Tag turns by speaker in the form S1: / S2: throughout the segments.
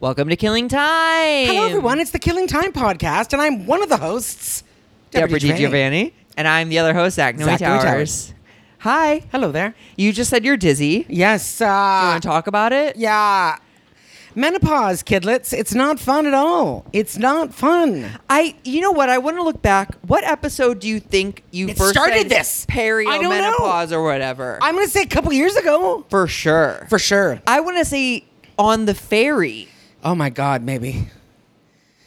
S1: Welcome to Killing Time.
S2: Hello, everyone. It's the Killing Time podcast, and I'm one of the hosts,
S1: Deborah G. Giovanni. And I'm the other host, Agnoe
S2: Zach Noe
S1: Towers.
S2: Towers.
S1: Hi.
S2: Hello there.
S1: You just said you're dizzy. You
S2: Yes. Uh,
S1: want to talk about it?
S2: Yeah. Menopause, kidlets. It's not fun at all. It's not fun.
S1: I, you know what? I want to look back. What episode do you think you
S2: It
S1: first
S2: started
S1: said
S2: this. I don't know.
S1: Periomenopause or whatever.
S2: I'm going to say a couple years ago.
S1: for sure.
S2: For sure.
S1: I want to say on the ferry.
S2: Oh, my God, maybe.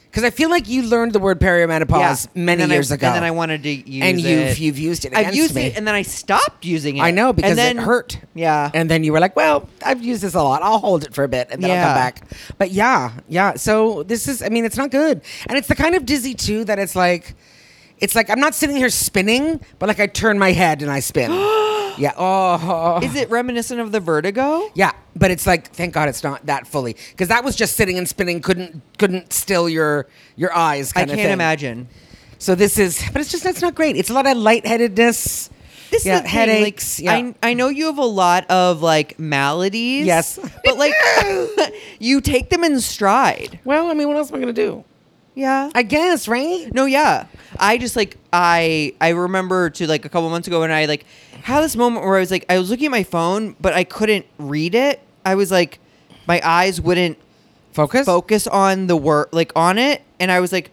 S2: Because I feel like you learned the word perimenopause
S1: Yeah.
S2: many
S1: And then I-
S2: years ago.
S1: And then I wanted to use
S2: And you've-
S1: it.
S2: you've used it
S1: I've
S2: against
S1: used
S2: me.
S1: it, and then I stopped using it.
S2: I know
S1: And
S2: because
S1: then-
S2: it hurt.
S1: Yeah.
S2: And then you were like, well, I've used this a lot. I'll hold it for a bit and then I'll
S1: Yeah.
S2: come back. But yeah, yeah. So this is, I mean, it's not good. And it's the kind of dizzy too that it's like, it's like I'm not sitting here spinning, but like I turn my head and I spin. yeah. Oh.
S1: Is it reminiscent of the vertigo?
S2: yeah. But it's like, thank God it's not that fully because that was just sitting and spinning. Couldn't couldn't still your your eyes.
S1: I
S2: Kind of
S1: can't
S2: thing.
S1: imagine.
S2: So this is, but it's just that's not great. It's a lot of lightheadedness.
S1: This
S2: yeah,
S1: is the thing, like,
S2: headaches. yeah.
S1: I, I know you have a lot of like maladies.
S2: Yes.
S1: But like you take them in stride.
S2: Well, I mean, what else am I gonna do?
S1: Yeah.
S2: I guess, right?
S1: no, yeah. I just like I I remember to like a couple months ago when I like had this moment where I was like I was looking at my phone but I couldn't read it. I was like my eyes wouldn't
S2: Focus.
S1: focus on the word like on it and I was like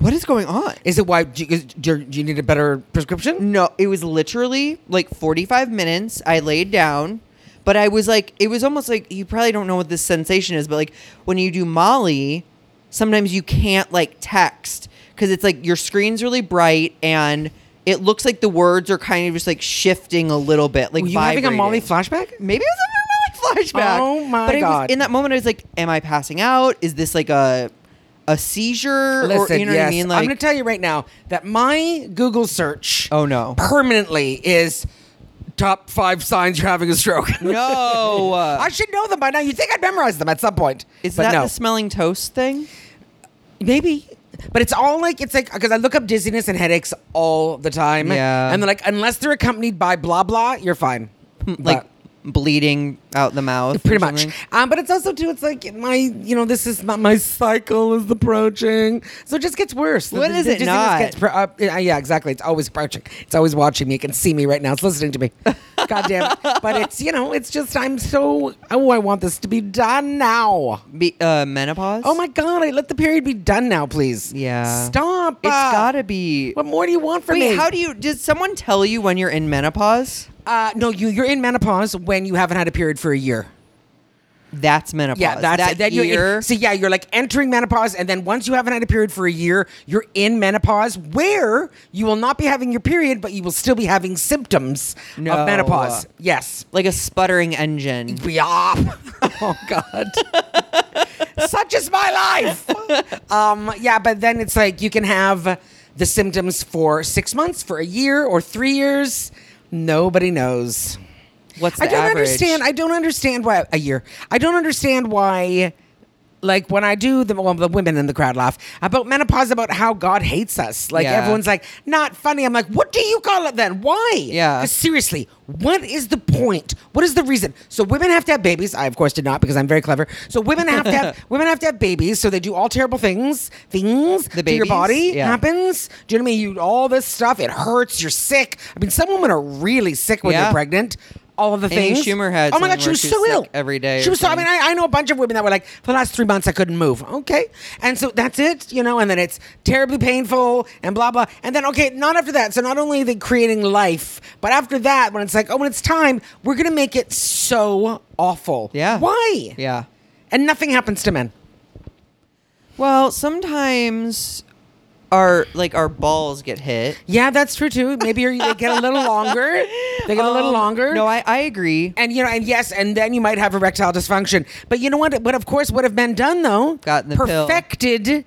S1: what is going on?
S2: Is it why do you, is- do you- do you need a better prescription?
S1: No, it was literally like 45 minutes. I laid down, but I was like, it was almost like you probably don't know what this sensation is, but like when you do Molly, sometimes you can't like text because it's like your screen's really bright and it looks like the words are kind of just like shifting a little bit. Like
S2: Were you having a Molly
S1: vibrating.
S2: flashback?
S1: Maybe it was a Molly flashback.
S2: Oh my
S1: but I was-
S2: God.
S1: in that moment, I was like, "Am I passing out? Is this like a a seizure? or you know what I mean? Like,
S2: am going to tell you right now that my Google search
S1: oh no,
S2: permanently is top five signs you're having a stroke.
S1: no.
S2: I should know them by now. You'd think I'd memorize them at some point.
S1: Is
S2: but
S1: that
S2: no.
S1: the smelling toast thing?
S2: Maybe. But it's all like it's like because I look up dizziness and headaches all the time.
S1: Yeah.
S2: And they're like, unless they're accompanied by blah blah, you're fine.
S1: Like
S2: But-
S1: bleeding out the mouth? or
S2: pretty much
S1: something?
S2: um, but it's also too it's like my you know this is not my cycle is approaching so it just gets worse
S1: What is it
S2: just
S1: not?
S2: gets pro- uh, uh, yeah exactly it's always approaching it's always watching me it can see me right now it's listening to me god damn it but it's you know it's just i'm so oh i want this to be done now
S1: Be, uh, menopause?
S2: oh my god i let the period be done now please
S1: Yeah.
S2: stop
S1: It's
S2: uh,
S1: gotta be.
S2: what more do you want from
S1: Wait,
S2: me
S1: how do you? Did someone tell you when you're in menopause?
S2: uh, no you you're in menopause when you haven't had a period for a year
S1: That's menopause.
S2: Yeah, that's
S1: that
S2: it. Then
S1: year.
S2: You're in, so yeah, you're like entering menopause, and then once you haven't had a period for a year, you're in menopause, where you will not be having your period, but you will still be having symptoms
S1: No.
S2: of menopause. Yes.
S1: like a sputtering engine.
S2: Yeah. Oh God. Such is my life. Um, yeah, but then it's like you can have the symptoms for six months, for a year, or three years. Nobody knows.
S1: What's the
S2: I don't
S1: average?
S2: understand. I don't understand why a year. I don't understand why. Like when I do the well, the women in the crowd laugh about menopause, about how God hates us. Like
S1: Yeah.
S2: everyone's like, not funny. I'm like, what do you call it then? Why?
S1: Yeah.
S2: 'Cause seriously, what is the point? What is the reason? So women have to have babies. I of course did not because I'm very clever. So women have to have women have to have babies. So they do all terrible things. Things
S1: The
S2: to your
S1: babies?
S2: body
S1: Yeah.
S2: happens. Do you know what I mean? You all this stuff. It hurts. You're sick. I mean, some women are really sick when
S1: Yeah.
S2: they're pregnant. All of the
S1: Amy
S2: things.
S1: Schumer had
S2: Oh my
S1: something
S2: god, she
S1: where
S2: was
S1: she
S2: so
S1: was sick
S2: ill
S1: every day
S2: She
S1: or
S2: was so. I mean,
S1: something.
S2: I, I know a bunch of women that were like, for the last three months I couldn't move. Okay, and so that's it, you know. And then it's terribly painful and blah blah. And then okay, not after that. So not only are they creating life, but after that, when it's like, oh, when it's time, we're gonna make it so awful.
S1: Yeah.
S2: Why?
S1: Yeah.
S2: And nothing happens to men.
S1: Well, sometimes our like our balls get hit.
S2: Yeah, that's true too. Maybe you're, they get a little longer. They get a little
S1: Um,
S2: longer.
S1: No, I I agree.
S2: and you know, and yes, and then you might have erectile dysfunction. But you know what? What of course would have been done though?
S1: Gotten the pill.
S2: perfected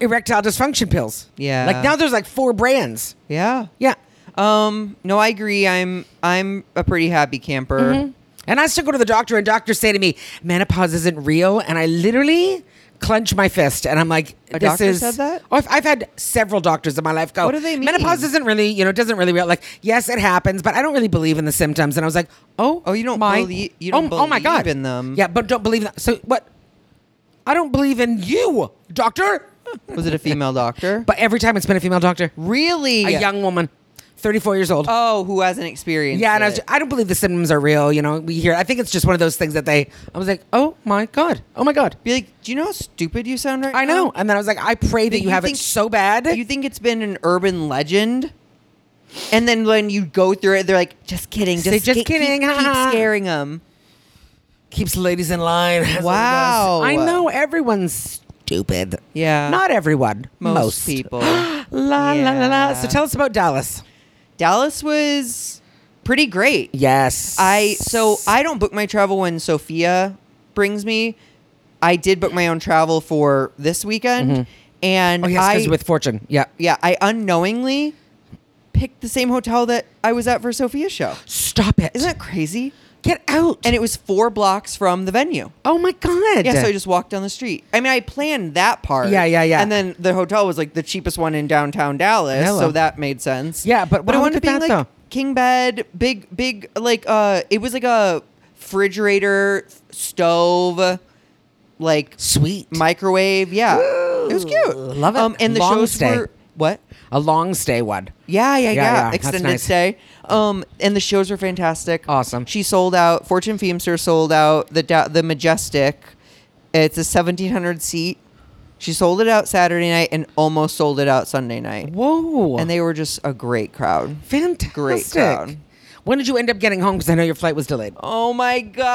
S2: erectile dysfunction pills.
S1: Yeah.
S2: like now there's like four brands.
S1: Yeah.
S2: Yeah,
S1: Um. No, I agree. I'm I'm a pretty happy camper.
S2: Mm-hmm. and I still go to the doctor, and doctors say to me, "Menopause isn't real," and I literally clench my fist, and I'm like,
S1: A
S2: "This
S1: doctor
S2: is."
S1: said that?
S2: Oh, I've, I've had several doctors in my life go.
S1: What do they mean?
S2: Menopause isn't really, you know, it doesn't really real. Like, yes, it happens, but I don't really believe in the symptoms. And I was like, "Oh,
S1: Oh, you don't
S2: my,
S1: belie- you don't
S2: oh, oh my
S1: believe
S2: God.
S1: in them.
S2: Yeah, but don't believe that. So what? I don't believe in you, doctor.
S1: Was it a female doctor?
S2: But every time it's been a female doctor,
S1: really,
S2: a young woman, 34 years old.
S1: oh, who hasn't experienced?
S2: yeah, and I, was
S1: it.
S2: ju- I don't believe the symptoms are real. You know, we hear. I think it's just one of those things that they. I was like, oh my god, oh my god.
S1: be like, do you know how stupid you sound right
S2: I
S1: now?
S2: know. And then I was like, I pray Um, that
S1: That
S2: you,
S1: you
S2: have
S1: think-
S2: it so bad.
S1: You think it's been an urban legend? And then when you go through it, they're like, "Just kidding, just,
S2: Say, "Just
S1: ki- keep-
S2: kidding,
S1: keep,
S2: ha, ha."
S1: scaring them."
S2: keeps ladies in line. That's what it
S1: Wow.
S2: does. I know everyone's stupid.
S1: Yeah.
S2: Not everyone.
S1: Most
S2: Most,
S1: people.
S2: la la la la. So
S1: Yeah.
S2: tell us about Dallas.
S1: Dallas was pretty great.
S2: Yes.
S1: I so I don't book my travel when Sophia brings me. I did book my own travel for this weekend, and
S2: Oh yes,
S1: I
S2: because with Fortune. Yeah.
S1: yeah I unknowingly picked the same hotel that I was at for Sophia's show.
S2: Stop it.
S1: Isn't that crazy?
S2: Get out.
S1: And it was four blocks from the venue.
S2: oh my god.
S1: Yeah, so I just walked down the street. I mean, I planned that part.
S2: Yeah, yeah, yeah.
S1: And then the hotel was like the cheapest one in downtown Dallas,
S2: Hello.
S1: so that made sense.
S2: Yeah,
S1: I
S2: but wow,
S1: wanted
S2: look
S1: to
S2: at
S1: be
S2: that,
S1: like
S2: though.
S1: king bed, big, big, like uh, it was like a refrigerator, stove, like
S2: sweet.
S1: microwave. Yeah, it was cute. Um,
S2: Love it.
S1: and the
S2: Long
S1: shows
S2: stay.
S1: were what?
S2: a long stay one.
S1: Yeah, yeah, yeah.
S2: yeah, that's
S1: Extended
S2: nice.
S1: stay. Um, and the shows were fantastic.
S2: Awesome.
S1: She sold out. Fortune Feimster sold out. The da- the Majestic. It's a seventeen hundred seat. She sold it out Saturday night and almost sold it out Sunday night.
S2: Whoa.
S1: And they were just a great crowd.
S2: fantastic.
S1: Great crowd.
S2: When did you end up getting home? Because I know your flight was delayed.
S1: Oh my god.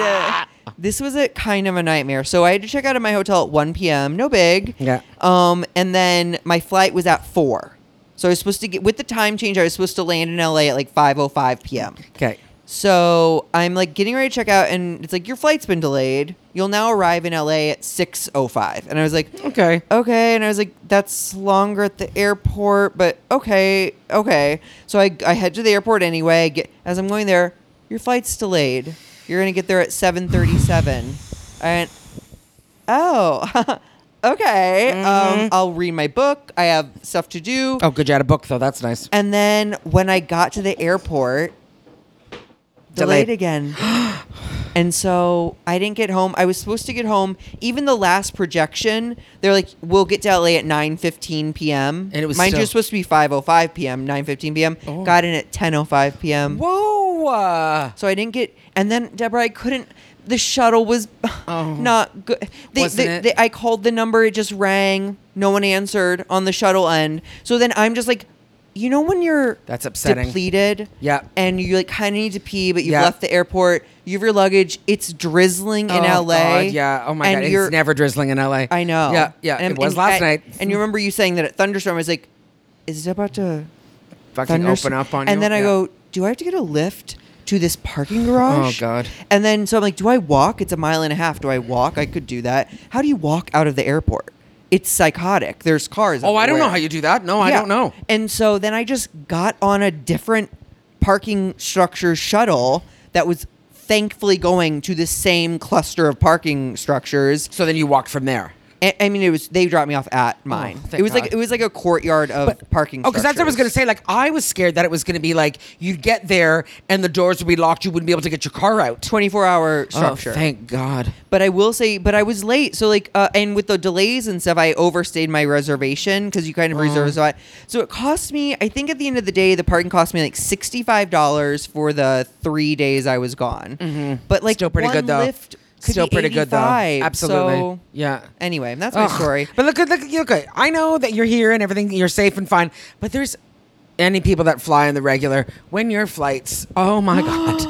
S2: Ah.
S1: This was a kind of a nightmare. So I had to check out of my hotel at 1 p.m. No big.
S2: Yeah.
S1: Um, and then my flight was at four. So I was supposed to get with the time change. I was supposed to land in LA at like 5:05 p.m.
S2: Okay.
S1: So I'm like getting ready to check out, and it's like your flight's been delayed. You'll now arrive in LA at 6:05, and I was like,
S2: Okay.
S1: okay, and I was like, that's longer at the airport, but okay, okay. So I I head to the airport anyway. I Get, as I'm going there, your flight's delayed. You're gonna get there at 7:37. I went, oh, okay. Um, I'll read my book. I have stuff to do.
S2: Oh, good. You had a book though. That's nice.
S1: And then when I got to the airport, delayed,
S2: Delayed.
S1: again. and so I didn't get home. I was supposed to get home. Even the last projection, they're like, "We'll get to LA at 9:15 p.m."
S2: And it was Oh.
S1: mind you,
S2: still-
S1: it's supposed to be 5:05 p.m., 9:15 p.m. Got in at 10:05 p.m.
S2: Whoa. Uh,
S1: So I didn't get. And then Deborah, I couldn't. The shuttle was
S2: Oh.
S1: not good. They,
S2: Wasn't
S1: they-
S2: it?
S1: they- I called the number, it just rang. No one answered on the shuttle end. So then I'm just like, you know, when you're
S2: That's upsetting.
S1: depleted,
S2: Yeah.
S1: and you like kind of need to pee, but you've
S2: Yeah.
S1: left the airport. You have your luggage. It's drizzling in
S2: oh,
S1: LA.
S2: God, yeah. Oh my
S1: and
S2: god.
S1: you're-
S2: It's never drizzling in LA.
S1: I know.
S2: Yeah. Yeah.
S1: And-
S2: it was
S1: and
S2: last
S1: I-
S2: night.
S1: And you remember you saying that at thunderstorm. I was like, is it about to
S2: fucking
S1: thunders-
S2: open up on
S1: and
S2: you.
S1: then I
S2: Yeah.
S1: go, do I have to get a lift to this parking garage?
S2: Oh, God.
S1: And then so I'm like, do I walk? It's a mile and a half. Do I walk? I could do that. How do you walk out of the airport? It's psychotic. There's cars.
S2: Oh, I don't know
S1: everywhere.
S2: how you do that. No, I
S1: Yeah.
S2: don't know.
S1: And so then I just got on a different parking structure shuttle that was thankfully going to the same cluster of parking structures.
S2: So then you walked from there.
S1: I, I mean, it was they dropped me off at mine.
S2: Oh, thank
S1: it was like
S2: God.
S1: it was like a courtyard of parking.
S2: Oh, because that's what I was
S1: structures.
S2: gonna say. Like I was scared that it was gonna be like you'd get there and the doors would be locked. You wouldn't be able to get your car out.
S1: 24 hour
S2: Oh,
S1: structure.
S2: thank God.
S1: but I will say, but I was late. So like, uh, and with the delays and stuff, I overstayed my reservation because you kind of reserve
S2: Mm.
S1: a spot. So it cost me, I think at the end of the day, the parking cost me like $65 for the three days I was gone. But like
S2: Mm-hmm. Still pretty
S1: one
S2: good though.
S1: lift could
S2: Still
S1: be
S2: pretty good though.
S1: 85.
S2: Absolutely.
S1: So
S2: Yeah.
S1: anyway, that's my
S2: Ugh.
S1: story.
S2: But look, look, look. look, I know that you're here and everything. You're safe and fine. But there's any people that fly in the regular when your flights. Oh my God,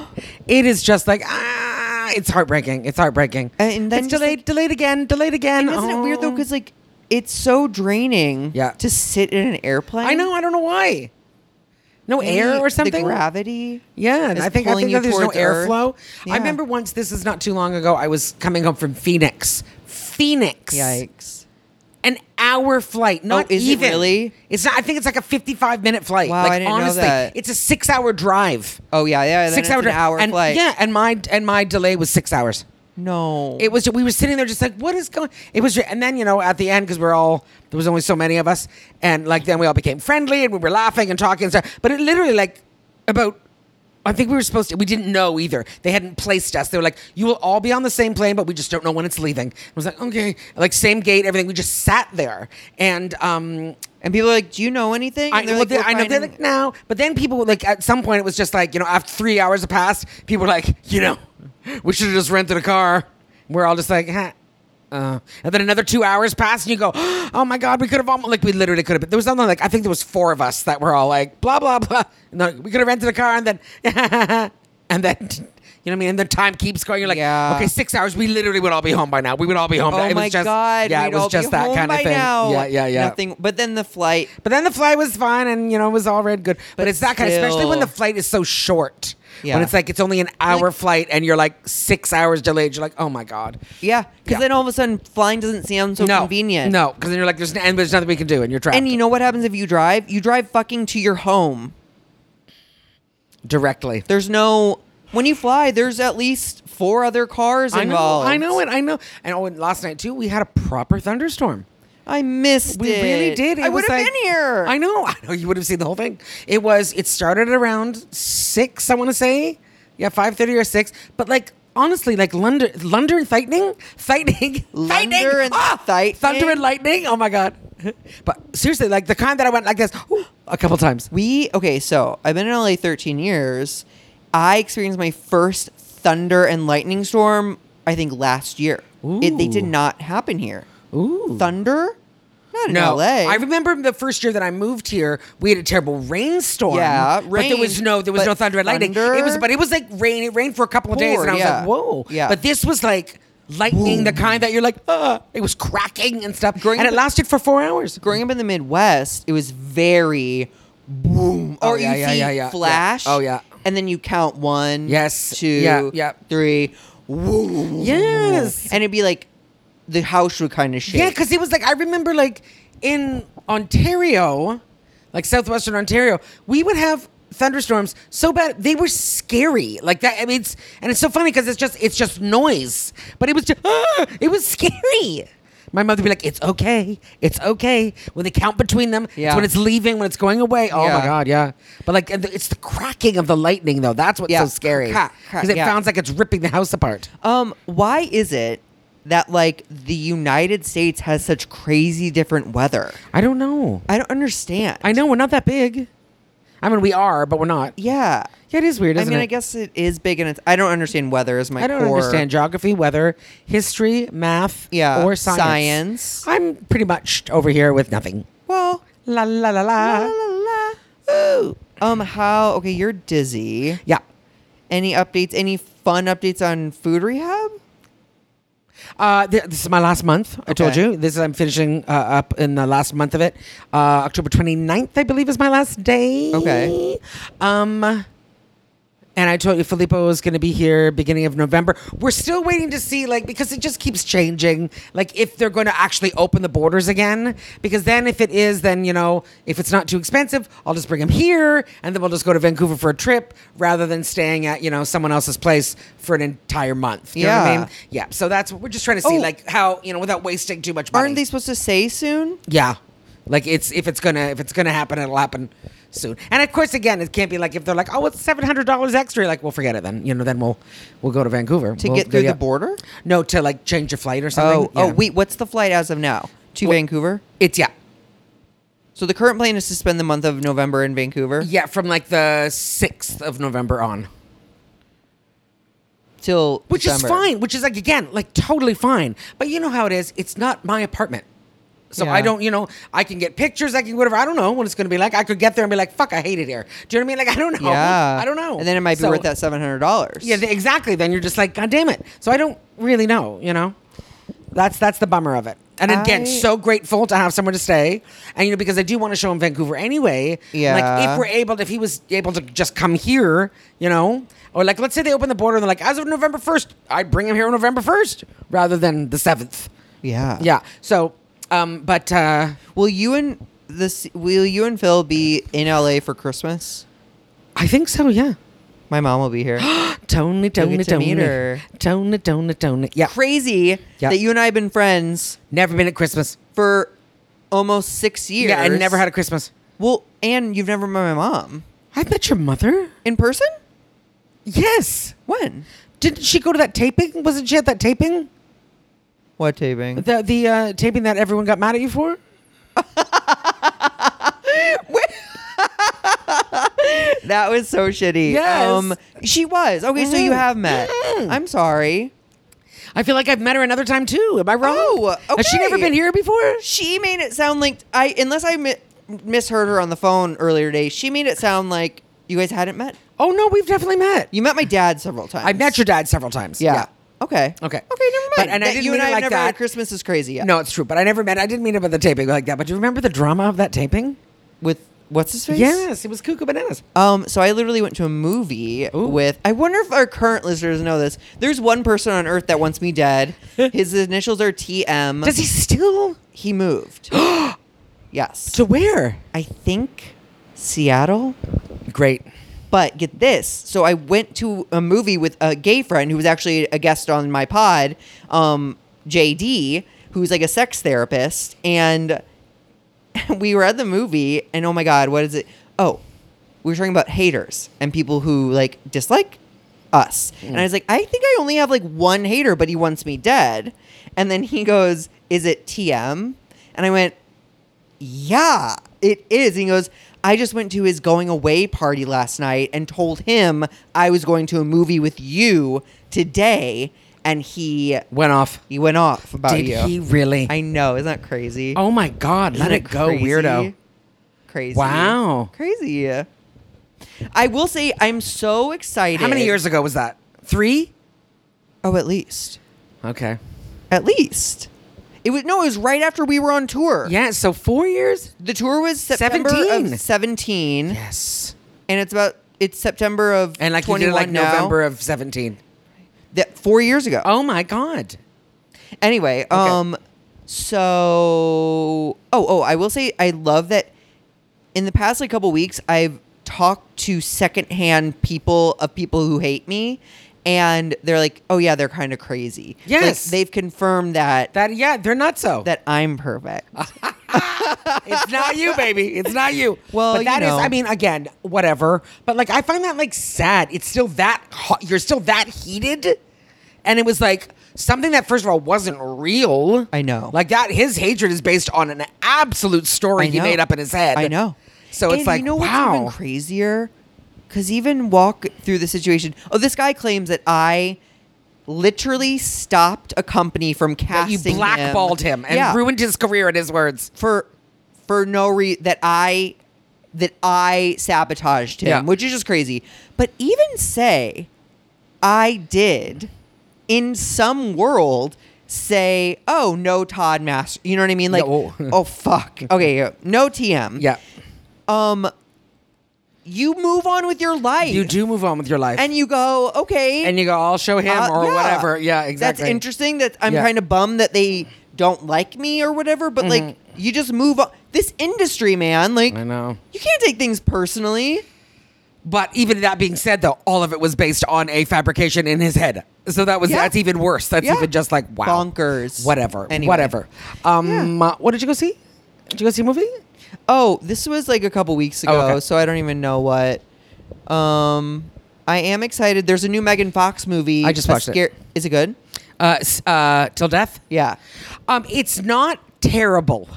S2: it is just like ah, it's heartbreaking. It's heartbreaking.
S1: And- and then
S2: it's
S1: just,
S2: delayed,
S1: like-
S2: delayed again, delayed again.
S1: And isn't it weird though?
S2: Oh.
S1: Because like, it's so draining
S2: Yeah.
S1: to sit in an airplane.
S2: I know. I don't know why. No
S1: Maybe
S2: air or something.
S1: The gravity.
S2: Yeah,
S1: is
S2: I think I
S1: pulling
S2: think
S1: you
S2: that there's no
S1: towards Earth.
S2: airflow.
S1: Yeah.
S2: I remember once. This is not too long ago. I was coming home from Phoenix. Phoenix.
S1: Yikes. Oh,
S2: an hour flight. Not
S1: is it
S2: even.
S1: really?
S2: It's not. I think it's like a fifty-five minute flight.
S1: Wow,
S2: like,
S1: I didn't know
S2: honestly,
S1: that.
S2: It's a six-hour drive.
S1: Oh yeah, yeah. then it's
S2: Six-hour
S1: an
S2: drive.
S1: hour
S2: and,
S1: flight.
S2: Yeah, and my and my delay was six hours.
S1: No.
S2: It was. We were sitting there just like, what is going? It was. And then you know, at the end, because we're all there was only so many of us, and like then we all became friendly and we were laughing and talking and stuff. But it literally like about I think we were supposed to. We didn't know either. They hadn't placed us. They were like, "You will all be on the same plane, but we just don't know when it's leaving." I was like, "Okay." Like same gate, everything. We just sat there, and um,
S1: And people are like, "Do you know anything?"
S2: I,
S1: And they're
S2: well,
S1: like,
S2: they-
S1: "We're
S2: I know they're
S1: finding-
S2: like now, but then people were like at some point it was just like you know after three hours had passed, people were like you know we should have just rented a car. We're all just like, huh. Uh, and then another two hours passed, and you go, "Oh my god, we could have almost like we literally could have." But there was something like I think there was four of us that were all like, "Blah blah blah." No, we could have rented a car, and then and then you know what I mean. And the time keeps going. You're like,
S1: Yeah.
S2: "Okay, six hours. We literally would all be home by now. We would all be home."
S1: Oh
S2: it
S1: my
S2: was just,
S1: god!
S2: Yeah,
S1: we'd
S2: it was
S1: all
S2: just
S1: be
S2: that
S1: home
S2: kind of
S1: by
S2: thing.
S1: Now.
S2: Yeah, yeah, yeah.
S1: Nothing. But then the flight.
S2: But then the flight was fine, and you know it was all read good. But,
S1: But
S2: it's that kind, of, especially when the
S1: still.
S2: flight is so short.
S1: Yeah.
S2: When it's like it's only an hour
S1: Like-
S2: flight, and you're like six hours delayed. You're like, oh my god.
S1: Yeah, because
S2: Yeah.
S1: then all of a sudden flying doesn't sound so
S2: no,
S1: convenient.
S2: No, because then you're like, there's n- and there's nothing we can do, and you're trapped.
S1: And you know what happens if you drive? You drive fucking to your home.
S2: directly.
S1: There's no when you fly. There's at least four other cars
S2: I know,
S1: involved.
S2: I know it. I know. And oh, and last night too, we had a proper thunderstorm.
S1: I missed
S2: We
S1: it.
S2: really did. It
S1: I
S2: was
S1: would have
S2: like-
S1: been here.
S2: I know. I know. You would have seen the whole thing. It was. It started at around six. I want to say, yeah, five thirty or six. But like honestly, like London, London lightning, lightning, lightning,
S1: Lunder and
S2: Ah!
S1: lightning?
S2: thunder and lightning. Oh my god! But seriously, like the kind that I went like this ooh, a couple times.
S1: We okay. So I've been in LA 13 years. I experienced my first thunder and lightning storm. I think last year. It, they did
S2: Ooh.
S1: not happen here.
S2: Ooh.
S1: Thunder? Not in
S2: No,
S1: LA.
S2: I remember the first year that I moved here, we had a terrible rainstorm.
S1: Yeah,
S2: but there was
S1: rain,
S2: no, there was
S1: but
S2: no thunder and lightning. It was,
S1: thunder?
S2: but it was like rain. It rained for a couple of days, and I
S1: Poured,
S2: was
S1: yeah.
S2: like, "Whoa!"
S1: Yeah.
S2: But this was like lightning, the kind that you're like, "Ah!" It was cracking and stuff,
S1: Growing
S2: and
S1: up-
S2: it lasted for four hours.
S1: growing up in the Midwest, it was very boom.
S2: Oh,
S1: or
S2: yeah,
S1: you
S2: yeah,
S1: see
S2: yeah, yeah, yeah.
S1: flash.
S2: Oh, yeah.
S1: And then you count one,
S2: Yes.
S1: two,
S2: Yeah, yeah.
S1: three, woo.
S2: Yes.
S1: And it'd be like the house would kind of shake.
S2: Yeah, because it was like I remember like in Ontario, like southwestern Ontario, we would have thunderstorms so bad they were scary like that i mean it's and it's so funny because it's just it's just noise but it was just ah, it was scary my mother would be like it's okay it's okay when they count between them it's
S1: Yeah.
S2: when it's leaving when it's going away oh my
S1: Yeah.
S2: god yeah but like and the- it's the cracking of the lightning though that's what's
S1: Yeah.
S2: so scary
S1: Crack, crack,
S2: because it
S1: yeah.
S2: sounds like it's ripping the house apart
S1: Um, why is it that like the United States has such crazy different weather?
S2: i don't know
S1: I don't understand.
S2: I know we're not that big. I mean, we are, but we're not.
S1: Yeah.
S2: Yeah, it is weird,
S1: I
S2: isn't
S1: mean,
S2: it?
S1: I guess it is big, and it's. I don't understand weather is my
S2: I don't
S1: core.
S2: understand geography, weather, history, math,
S1: Yeah,
S2: or science.
S1: science.
S2: I'm pretty much over here with nothing.
S1: Well,
S2: La la la la.
S1: la, la, la. Um, how? Okay, you're dizzy.
S2: Yeah.
S1: Any updates? Any fun updates on food rehab?
S2: Uh, th- this is my last month. I told
S1: Okay.
S2: you. This is, I'm finishing uh, up in the last month of it. Uh, October 29th, I believe, is my last day.
S1: Okay.
S2: Um, And I told you Filippo is going to be here beginning of November. We're still waiting to see, like, because it just keeps changing, like, if they're going to actually open the borders again. Because then, if it is, then, you know, if it's not too expensive, I'll just bring him here and then we'll just go to Vancouver for a trip rather than staying at, you know, someone else's place for an entire month. You know what I
S1: Yeah.
S2: mean? Yeah. So that's what we're just trying to see,
S1: Oh.
S2: like, how, you know, without wasting too much money.
S1: Aren't they supposed to say soon?
S2: Yeah. Like it's if it's gonna if it's gonna happen, it'll happen soon. And of course, again, it can't be like if they're like, oh, it's seven hundred dollars extra. You're Like, well, forget it then. You know, then we'll we'll go to Vancouver
S1: To
S2: We'll
S1: get
S2: go-
S1: through
S2: yeah.
S1: the border?
S2: No, to like change your flight or something.
S1: Oh, oh,
S2: Yeah.
S1: wait. What's the flight as of now to
S2: Well-
S1: Vancouver?
S2: It's yeah,
S1: So the current plan is to spend the month of November in Vancouver
S2: yeah, from like the sixth of November on,
S1: till
S2: which
S1: December.
S2: is fine. Which is like again, like totally fine. But you know how it is. It's not my apartment. So
S1: Yeah.
S2: I don't, you know, I can get pictures, I can whatever. I don't know what it's going to be like. I could get there and be like, "Fuck, I hate it here." Do you know what I mean? Like, I don't know.
S1: Yeah,
S2: I don't know.
S1: And then it might be
S2: So-
S1: worth that seven hundred dollars.
S2: Yeah, th- exactly. Then you're just like, God damn it. So I don't really know, you know? That's that's the bummer of it. And again,
S1: I-
S2: so grateful to have somewhere to stay. And you know, because I do want to show him Vancouver anyway. Like
S1: Yeah.
S2: if we're able if he was able to just come here, you know, or like let's say they open the border and they're like, as of November first, I'd bring him here on November first rather than the seventh.
S1: yeah,
S2: Yeah. So um but uh
S1: Will you and this? Will you and Phil be in LA for Christmas?
S2: I think so, yeah.
S1: My mom will be here.
S2: Tony, Tony,
S1: get to
S2: Tony.
S1: meet her.
S2: Tony, Tony, Tony. Yeah.
S1: Crazy
S2: Yeah.
S1: that you and I have been friends
S2: Never been at Christmas.
S1: for almost six years.
S2: Yeah, I never had a Christmas.
S1: Well, and you've never met my mom
S2: I met your mother.
S1: in person.
S2: Yes.
S1: When?
S2: Didn't she go to that taping? Wasn't she at that taping?
S1: What taping?
S2: The the uh, taping that everyone got mad at you for?
S1: That was so shitty. Um,
S2: Yes.
S1: she was. Okay, so you
S2: Mhm.
S1: have met.
S2: Mhm.
S1: I'm sorry.
S2: I feel like I've met her another time too. Am I wrong?
S1: Oh,
S2: Has she never
S1: okay.
S2: been here before?
S1: She made it sound like I unless I mi- misheard her on the phone earlier today. She made it sound like you guys hadn't met.
S2: Oh no, we've definitely met.
S1: You met my dad several times.
S2: I've met your dad several times.
S1: Yeah. Okay.
S2: Okay.
S1: Okay. Never mind.
S2: But- and I
S1: That
S2: didn't
S1: you
S2: mean
S1: and
S2: it
S1: I
S2: like
S1: have never had
S2: that.
S1: Christmas is crazy. Yeah.
S2: No, it's true. But I never met. I didn't mean about the taping like that. But do you remember the drama of that taping?
S1: With what's his face?
S2: Yes, it was cuckoo bananas.
S1: Um, so I literally went to a movie with. I wonder if our current listeners know this. There's one person on Earth that wants me dead. His initials are TM.
S2: Does he still?
S1: he moved? yes.
S2: To where?
S1: I think Seattle.
S2: Great.
S1: But get this. So I went to a movie with a gay friend who was actually a guest on my pod, um, JD, who's like a sex therapist. And we were at the movie, and oh my God, what is it? Oh, we were talking about haters and people who like dislike us. And I was like, I think I only have like one hater, but he wants me dead. And then he goes, Is it TM? And I went, yeah, it is. And he goes, I just went to his going away party last night and told him I was going to a movie with you today, and he
S2: Went off.
S1: he went off about
S2: Did
S1: you.
S2: he really?
S1: I know, isn't that crazy?
S2: oh my God!
S1: Isn't
S2: Let it go,
S1: crazy?
S2: weirdo.
S1: Crazy.
S2: Wow.
S1: Crazy. I will say I'm so excited.
S2: How many years ago was that? Three.
S1: Oh, at least,
S2: Okay.
S1: at least. It was no, it was right after we were on tour.
S2: Yeah. So four years.
S1: The tour was September
S2: 17.
S1: of 17.
S2: Yes.
S1: and it's about it's September of
S2: And like you did
S1: 21
S2: it like
S1: now.
S2: November of seventeen.
S1: that four years ago.
S2: Oh my God.
S1: Anyway, um, so oh oh, I will say I love that. In the past like couple weeks, I've talked to secondhand people of people who hate me, and they're like, oh yeah, they're kind of crazy. Like,
S2: Yes.
S1: they've confirmed that
S2: That yeah, they're not so.
S1: that I'm perfect.
S2: it's not you, baby. It's not you.
S1: Well,
S2: but
S1: you
S2: that is.
S1: know.
S2: I mean, again, whatever. But like, I find that like sad. It's still that hot. You're still that heated, and it was like something that first of all wasn't real.
S1: I know.
S2: Like that, his hatred is based on an absolute story
S1: I
S2: he
S1: know.
S2: made up in his head.
S1: I know.
S2: So it's
S1: And
S2: like,
S1: you know what's
S2: wow.
S1: even crazier? Because even walk through the situation. Oh, this guy claims that I literally stopped a company from
S2: that
S1: casting
S2: you blackballed him, and
S1: Yeah.
S2: ruined his career in his words.
S1: for for no reason that I that I sabotaged him,
S2: Yeah.
S1: which is just crazy. But even say I did in some world say, "Oh, no Todd Master." You know what I mean? Like,
S2: No.
S1: "Oh fuck." Okay, yeah. no TM.
S2: Yeah,
S1: Um you move on with your life.
S2: you do move on with your life, and,
S1: And you go, "Okay."
S2: you go, I'll show him
S1: uh,
S2: or
S1: yeah.
S2: whatever. Yeah, exactly.
S1: That's interesting. That I'm
S2: Yeah.
S1: kind of bummed that they don't like me or whatever. But like, you just move on. This industry, man, like,
S2: Mm-hmm. I know.
S1: you can't take things personally.
S2: But even that being said, though, all of it was based on a fabrication in his head. So that was
S1: Yeah.
S2: that's even worse. That's
S1: Yeah.
S2: even just like wow,
S1: Bonkers.
S2: Whatever,
S1: Anyway.
S2: whatever. Um, uh, what did you go see? Did you go see a movie?
S1: Oh, this was like a couple weeks ago,
S2: Oh, okay.
S1: so I don't even know what. Um, I am excited. There's a new Megan Fox movie.
S2: I just
S1: A
S2: watched it.
S1: Is it good?
S2: Uh, s- uh, till death.
S1: Yeah,
S2: Um, it's not terrible.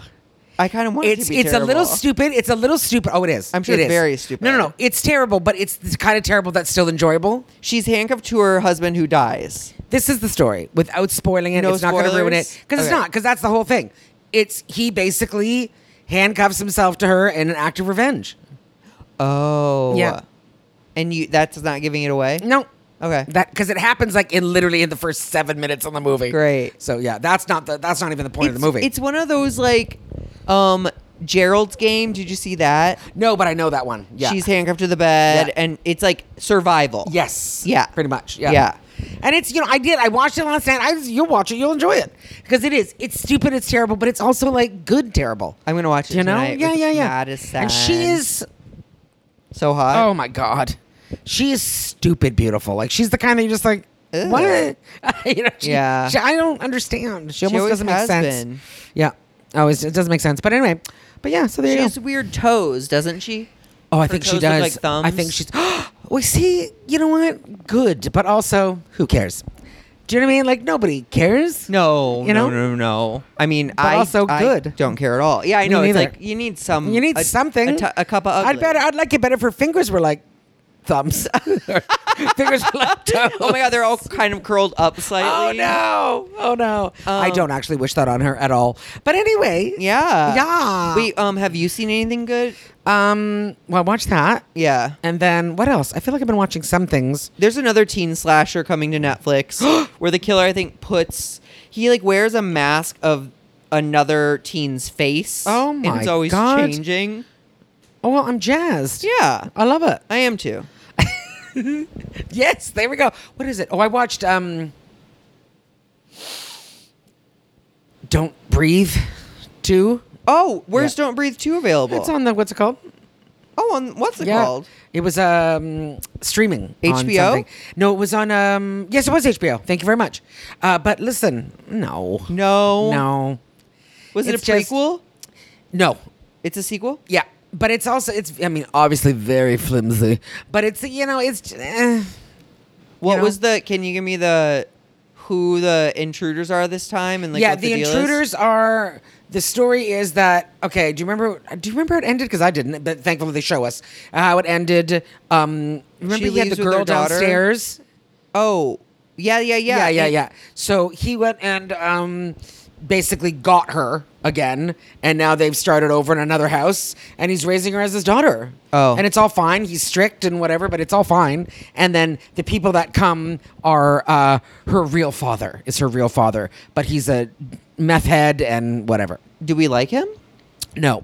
S1: I kind of want it
S2: It's
S1: to be
S2: it's a little
S1: terrible.
S2: stupid. It's a little stupid. Oh, it is.
S1: I'm sure
S2: It
S1: it's
S2: is.
S1: very stupid.
S2: No, no, no. It's terrible, but it's the kind of terrible that's still enjoyable.
S1: She's handcuffed to her husband who dies.
S2: this is the story without spoiling it.
S1: No
S2: it's not going to ruin
S1: spoilers?
S2: it because it's
S1: Okay.
S2: not because that's the whole thing. It's he basically handcuffs himself to her in an act of revenge.
S1: Oh,
S2: Yeah.
S1: And you that's not giving it away.
S2: No,
S1: Okay.
S2: that because it happens like in literally in the first seven minutes of the movie.
S1: Great.
S2: So yeah, that's not the that's not even the point of
S1: it's,
S2: the movie.
S1: It's one of those like um Gerald's game. Did you see that?
S2: no, but I know that one. Yeah.
S1: She's handcuffed to the bed
S2: Yeah.
S1: and it's like survival.
S2: Yes.
S1: Yeah.
S2: Pretty much. Yeah.
S1: Yeah.
S2: And it's you know I did I watched it last night. I just, you'll watch it. You'll enjoy it because it is it's stupid. It's terrible, but it's also like good terrible.
S1: I'm gonna watch it.
S2: you know?
S1: tonight
S2: yeah.
S1: with
S2: Yeah. Yeah.
S1: Madison.
S2: And she is
S1: so hot.
S2: Oh my god, she is stupid beautiful. Like she's the kind that you're just like,
S1: Ugh.
S2: what? you know, she-
S1: Yeah.
S2: she- I don't understand. She almost
S1: always
S2: doesn't make
S1: has
S2: sense.
S1: been.
S2: Yeah, always it doesn't make sense. But anyway, but yeah, so there
S1: she
S2: you
S1: has
S2: go.
S1: weird toes, doesn't she?
S2: Oh, I
S1: her
S2: think she
S1: toes look
S2: does.
S1: like
S2: I think
S1: thumbs.
S2: she's. We see, you know what? Good, but also, who cares? Do you know what I mean? Like nobody cares.
S1: No,
S2: You
S1: no,
S2: know?
S1: no, no. I mean, I
S2: also
S1: I
S2: good.
S1: Don't care at all. Yeah, I
S2: Me
S1: know. It's
S2: neither.
S1: like you need some.
S2: You need
S1: Mm-hmm. a-
S2: something.
S1: A, t- a cup of. Ugly.
S2: I'd better. I'd like it better if her fingers were like thumbs. Her fingers were like toes.
S1: oh my god, they're all kind of curled up
S2: Oh
S1: slightly. Um,
S2: no! Oh no! I don't actually wish that on her at all. But anyway,
S1: Yeah.
S2: yeah.
S1: Wait, um, have you seen anything good?
S2: um, well, watch that,
S1: Yeah.
S2: and then what else? I feel like I've been watching some things.
S1: There's another teen slasher coming to Netflix where the killer I think puts he like wears a mask of another teen's face.
S2: Oh
S1: And
S2: my
S1: it's always
S2: God.
S1: changing.
S2: Oh well, I'm jazzed.
S1: Yeah.
S2: I love it.
S1: I am too.
S2: Yes, there we go. What is it? Oh, I watched um Don't Breathe 2.
S1: Oh, where's Don't Breathe 2 available?
S2: It's on the what's it called?
S1: oh, on what's it called?
S2: It was um streaming on
S1: HBO?
S2: something. No, it was on um yes, it was HBO. Thank you very much. Uh but listen, no.
S1: No.
S2: No.
S1: Was it a
S2: It's just-
S1: prequel?
S2: No.
S1: It's a sequel?
S2: Yeah. But it's also it's I mean obviously very flimsy, but it's you know it's eh.
S1: What
S2: know?
S1: was the can you give me the who the intruders are this time and like
S2: yeah,
S1: what the,
S2: the,
S1: deal is?
S2: intruders are. The story is that okay? Do you remember? Do you remember how it ended? Because I didn't, but thankfully they show us uh, how it ended. Um, remember
S1: She
S2: he had
S1: leaves
S2: the
S1: with their
S2: girl
S1: daughter?
S2: downstairs.
S1: Oh, yeah, yeah, yeah,
S2: Yeah, yeah,
S1: It-
S2: yeah. So he went and um, basically got her again, and now they've started over in another house, and he's raising her as his daughter.
S1: Oh.
S2: and it's all fine. He's strict and whatever, but it's all fine. And then the people that come are uh, her real father. Is her real father, but he's a meth head and whatever.
S1: Do we like him?
S2: No,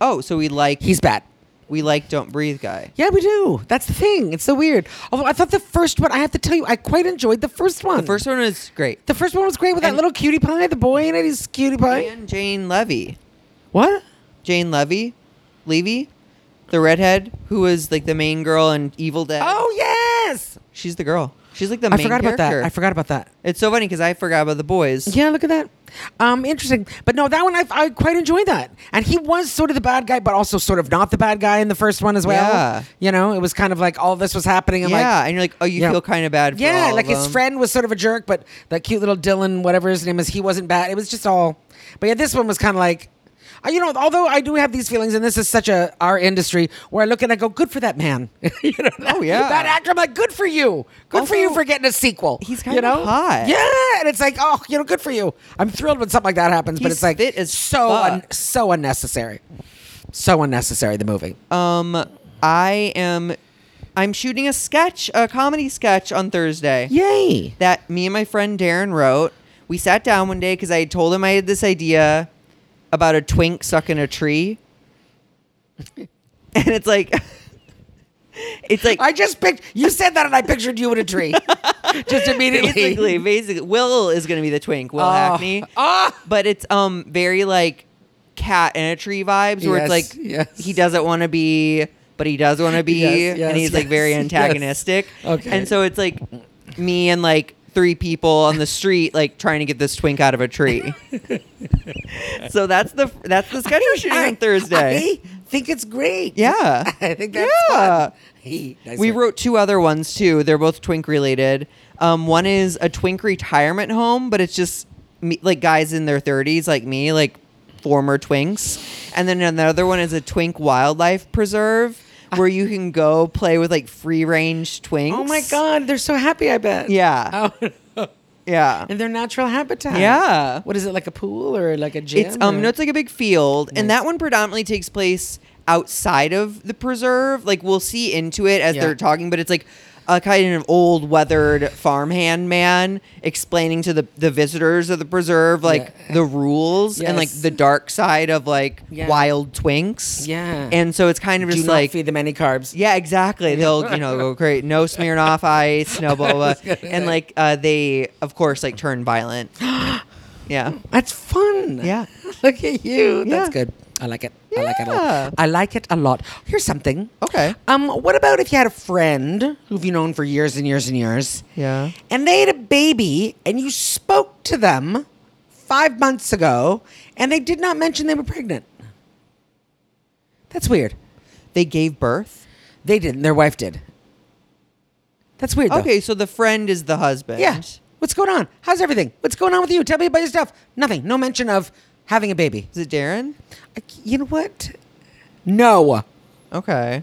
S1: Oh, so we like
S2: he's bad.
S1: we like Don't Breathe guy.
S2: Yeah, we do. That's the thing. It's so weird. Although I thought the first one, I have to tell you, I quite enjoyed the first one.
S1: The first one is great.
S2: The first one was great with that
S1: And-
S2: little cutie pie, the boy in it. He's cutie pie.
S1: And Jane Levy,
S2: What?
S1: Jane Levy, Levy, the redhead who was like the main girl in Evil Dead.
S2: Oh yes!
S1: she's the girl. She's like the
S2: I
S1: main
S2: forgot about that.
S1: character.
S2: I forgot about that.
S1: It's so funny because I forgot about the boys.
S2: Yeah, look at that. Um, interesting. But no, that one I, I quite enjoyed that. And he was sort of the bad guy, but also sort of not the bad guy in the first one as well.
S1: Yeah.
S2: You know, it was kind of like all this was happening. And
S1: Yeah,
S2: Like,
S1: and you're like, oh, you
S2: Yeah.
S1: feel kind of bad. For
S2: yeah,
S1: all
S2: like
S1: of
S2: his
S1: them.
S2: friend was sort of a jerk, but that cute little Dylan, whatever his name is, he wasn't bad. It was just all. But yeah, this one was kind of like, uh, you know, although I do have these feelings, and this is such a our industry where I look and I go, good for that man. you know, that,
S1: Oh, yeah.
S2: that actor. I'm like, good for you, good for you
S1: Also,
S2: for getting a sequel.
S1: he's
S2: you
S1: kinda
S2: know?
S1: hot.
S2: Yeah, and it's like, oh, you know, good for you. I'm thrilled when something like that happens, but
S1: He's
S2: it's like
S1: fit as
S2: so un-
S1: fuck.
S2: so unnecessary, so unnecessary. The movie.
S1: Um, I am, I'm shooting a sketch, a comedy sketch on Thursday.
S2: Yay!
S1: that me and my friend Darren wrote. We sat down one day because I had told him I had this idea about a twink sucking a tree. and it's like, it's like,
S2: I just picked. You said that, and I pictured you in a tree, just immediately.
S1: basically, basically, Will is going to be the twink, Will
S2: Oh.
S1: Hackney.
S2: Ah!
S1: But it's um very like cat in a tree vibes where
S2: Yes,
S1: it's like
S2: yes.
S1: he doesn't want to be, but he does want to be.
S2: Yes, yes,
S1: and he's like very
S2: yes, yes.
S1: antagonistic.
S2: Okay.
S1: And so it's like me and like three people on the street like trying to get this twink out of a tree. so that's the that's the schedule shooting on Thursday.
S2: I think it's great.
S1: yeah.
S2: I think that's
S1: Yeah.
S2: fun. Hey, nice
S1: We
S2: work.
S1: wrote two other ones too. They're both twink related. Um, one is a twink retirement home, but it's just me, like guys in their 30s, like me, like former twinks. And then another one is a twink wildlife preserve where you can go play with like free range twinks.
S2: Oh my god, they're so happy. I bet.
S1: Yeah.
S2: Oh.
S1: Yeah.
S2: in their natural habitat.
S1: Yeah.
S2: What is it like a pool or like a gym?
S1: It's um
S2: or-
S1: no, it's like a big field, and that one predominantly takes place outside of the preserve. Like we'll see into it as
S2: Yeah.
S1: they're talking, but it's like a kind of old weathered farmhand man explaining to the, the visitors of the preserve like
S2: Yeah.
S1: the rules and like
S2: Yes.
S1: the dark side of like
S2: Yeah.
S1: wild twinks.
S2: Yeah.
S1: And so it's kind of
S2: do
S1: just
S2: not
S1: like
S2: feed them any carbs.
S1: yeah, exactly. They'll you know go great. No smearing off ice, no blah blah, blah. and like uh, they of course like turn violent. yeah.
S2: That's fun.
S1: Yeah.
S2: Look at you. That's
S1: Yeah.
S2: good. I like it. I like it a
S1: Yeah.
S2: lot. I like it a lot. Here's something.
S1: Okay.
S2: Um, what about if you had a friend who've you known for years and years and years?
S1: Yeah.
S2: And they had a baby and you spoke to them five months ago and they did not mention they were pregnant. That's weird.
S1: They gave birth.
S2: They didn't, their wife did. That's weird. though.
S1: Okay, so the friend is the husband.
S2: Yeah. What's going on? How's everything? What's going on with you? Tell me about your stuff. Nothing. No mention of having a baby.
S1: Is it Darren?
S2: I- You know what? No.
S1: Okay.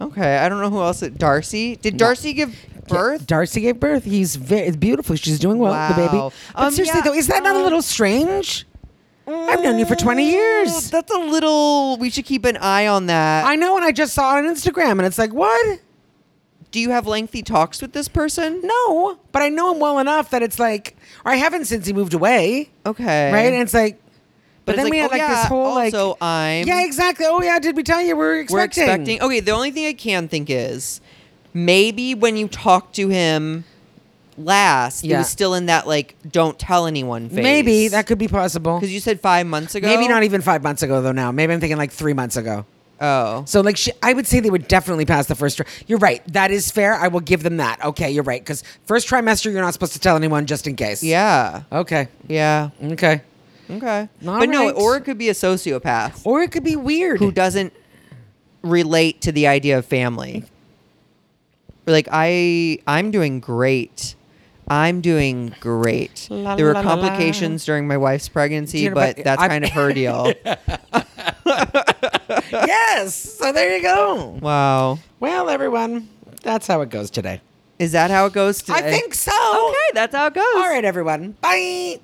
S1: Okay. I don't know who else. It, Darcy? Did Darcy give birth?
S2: Darcy gave birth. He's very beautiful. She's doing well, the baby.
S1: Wow.
S2: But
S1: Um,
S2: seriously
S1: yeah,
S2: though, is that not a
S1: um,
S2: little strange? I've known you for 20
S1: Oh,
S2: years.
S1: That's a little. We should keep an eye on that.
S2: I know, and I just saw it on Instagram, and it's like, what?
S1: Do you have lengthy talks with this person?
S2: No, but I know him well enough that it's like, or I haven't since he moved away,
S1: Okay.
S2: right? And it's like,
S1: But
S2: but,
S1: it's
S2: then
S1: like,
S2: we had
S1: oh,
S2: like this
S1: yeah,
S2: whole like,
S1: also I'm-
S2: yeah, exactly. Oh yeah, did we tell you we're
S1: We're
S2: expecting?
S1: expecting. Okay. The only thing I can think is maybe when you talked to him last, it
S2: Yeah.
S1: was still in that like don't tell anyone phase.
S2: Maybe that could be possible.
S1: because you said five months ago.
S2: Maybe not e even five months ago though. Now maybe I'm thinking like three months ago.
S1: Oh.
S2: So like she, I would say they would definitely pass the first. Tri- you're right. That is fair. I will give them that. Okay, you're right. Because first trimester, you're not supposed to tell anyone just in case.
S1: Yeah.
S2: Okay.
S1: Yeah.
S2: Okay.
S1: Okay.
S2: All
S1: but no,
S2: right.
S1: or it could be a sociopath
S2: Or it could be weird.
S1: who doesn't relate to the idea of family. We're like, I I'm doing great. I'm doing great.
S2: La,
S1: there were
S2: la, la, la.
S1: complications during my wife's pregnancy,
S2: Do you know
S1: but
S2: about-
S1: that's
S2: I-
S1: kind of her deal.
S2: yes. So there you go.
S1: wow.
S2: Well, everyone, that's how it goes today.
S1: Is that how it goes today?
S2: I think so.
S1: Okay, that's how it goes.
S2: All right, everyone. Bye.